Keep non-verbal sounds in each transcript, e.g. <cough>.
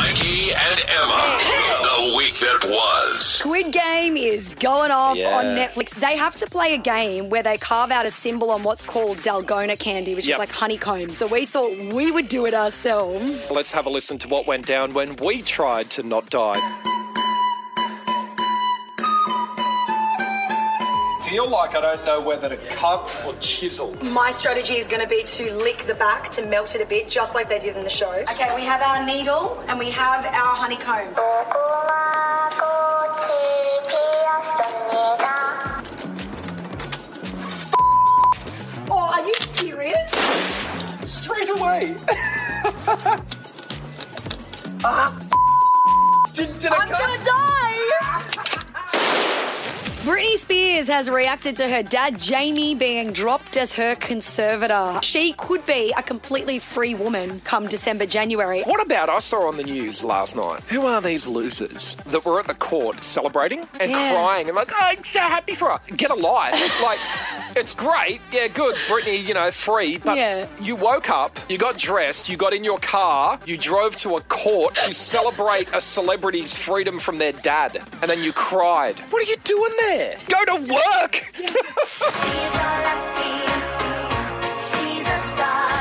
Ricky and Emma. The week that was. Squid Game is going off Yeah. on Netflix. They have to play a game where they carve out a symbol on what's called dalgona candy, which Yep. is like honeycomb. So we thought we would do it ourselves. Let's have a listen to what went down when we tried to not die. Feel like I don't know whether to cut or chisel. My strategy is going to be to lick the back to melt it a bit, just like they did in the show. Okay, we have our needle and we have our honeycomb. Oh, are you serious? Straight <laughs> away. did, did I Ah, I'm gonna die! <laughs> Britney Spears has reacted to her dad Jamie being dropped as her conservator. She could be a completely free woman come December, January. What about I saw on the news last night? Who are these losers that were at the court celebrating and Yeah. crying and like, oh, I'm so happy for her. Get a life. like, <laughs> it's great. Yeah, good. Brittany, you know, free. But Yeah. you woke up, you got dressed, you got in your car, you drove to a court to celebrate a celebrity's freedom from their dad, and then you cried. What are you doing there? Go to work.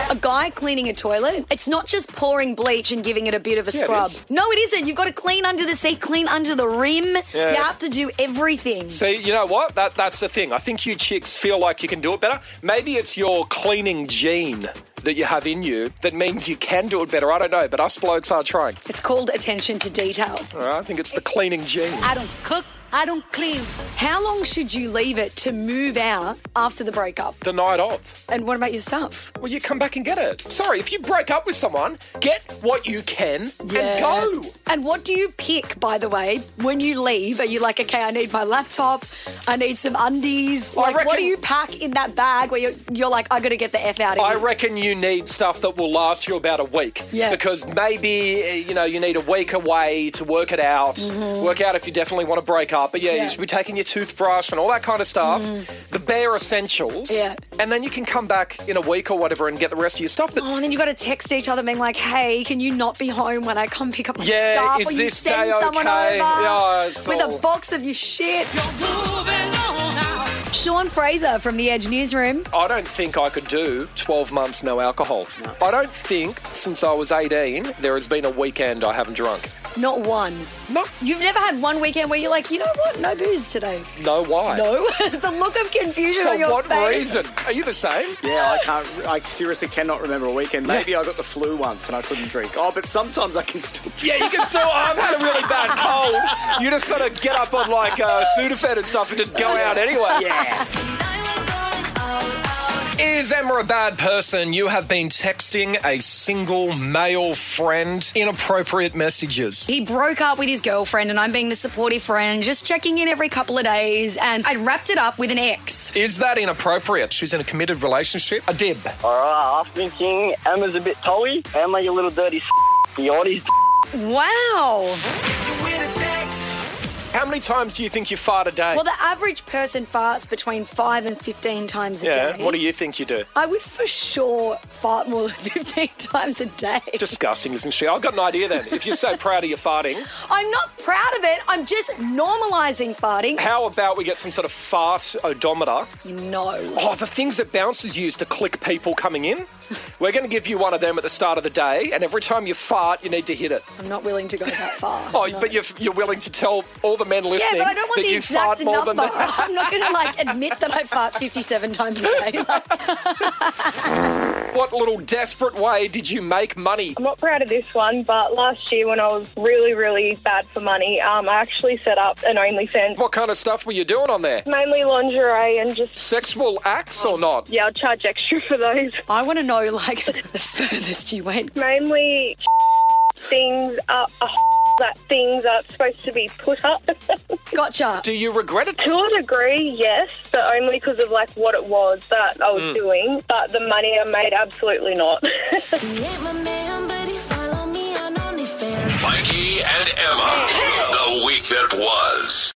A guy cleaning a toilet, it's not just pouring bleach and giving it a bit of a Yeah, it scrub. is. no, it isn't. You've got to clean under the seat, clean under the rim. Yeah. You have to do everything. See, you know what? That that's the thing. I think you chicks feel like you can do it better. Maybe it's your cleaning gene that you have in you that means you can do it better. I don't know, but us blokes are trying. It's called attention to detail. All right, I think it's the cleaning gene. I don't cook, I don't clean. How long should you leave it to move out after the breakup? The night of. And what about your stuff? Well, you come back and get it. Sorry, if you break up with someone, get what you can Yeah. and go. And what do you pick, by the way, when you leave? Are you like, okay, I need my laptop, I need some undies? Well, I Like, what do reckon- you pack in that bag where you're, you're like, I gotta get the F out of I here? reckon you need stuff that will last you about a week. Yeah. Because maybe uh, you know you need a week away to work it out, work out if you definitely want to break up. But Mm-hmm. yeah, Yeah. Mm-hmm. you should be taking your toothbrush and all that kind of stuff, the bare essentials. Yeah. And then you can come back in a week or whatever and get the rest of your <gasps> stuff. But Oh, and then you got to text each other being like, hey, can you not be home when I come pick up my Yeah, stuff? is or you this send day someone okay? over Yeah, it's with all- a box of your shit. Sean Fraser from The Edge Newsroom. I don't think I could do 12 months no alcohol. I don't think since I was 18 there has been a weekend I haven't drunk. Not one. No, You've never had one weekend where you're like, you know what? No booze today. no, why? No. <laughs> the look of confusion For on your what face. reason? Are you the same? Yeah, I can't. I seriously cannot remember a weekend. Maybe I got the flu once and I couldn't drink. Oh, but sometimes I can still. Yeah, you can still. oh, I've had a really bad cold. You just sort of get up on like uh, Sudafed and stuff and just go out anyway. <laughs> Yeah. Is Emma a bad person? You have been texting a single male friend inappropriate messages. He broke up with his girlfriend, and I'm being the supportive friend, just checking in every couple of days. And I wrapped it up with an ex. Is that inappropriate? She's in a committed relationship. A dib. All right, I'm thinking Emma's a bit toey. Emma, you little dirty s***. The oddies. Wow. How many times do you think you fart a day? Well, the average person farts between five and 15 times a yeah. day. What do you think you do? I would for sure fart more than <laughs> 15 times a day. Disgusting, isn't she? I've got an idea then. If you're so proud of your farting, I'm not proud of it. I'm just normalizing farting. how about we get some sort of fart odometer You know. Oh, the things that bouncers use to click people coming in. We're going to give you one of them at the start of the day, and every time you fart, you need to hit it. I'm not willing to go that far. <laughs> Oh, No. but you're, you're willing to tell all the men Yeah, listening but I don't want that the you fart exact more number. than that. I'm not going to like admit that I fart 57 times a day. <laughs> Like, What little desperate way did you make money? I'm not proud of this one, but last year when I was really, really bad for money, um, I actually set up an OnlyFans, What kind of stuff were you doing on there? mainly lingerie and just. Sexual acts or not? Yeah, I'll charge extra for those. I want to know like <laughs> the furthest you went. Mainly <laughs> things up, uh, <laughs> that things are supposed to be put up. <laughs> Gotcha. Do you regret it? to a degree, yes, but only because of like what it was that I was doing. But the money I made, absolutely not. <laughs> Mikey and Emma. The week that was.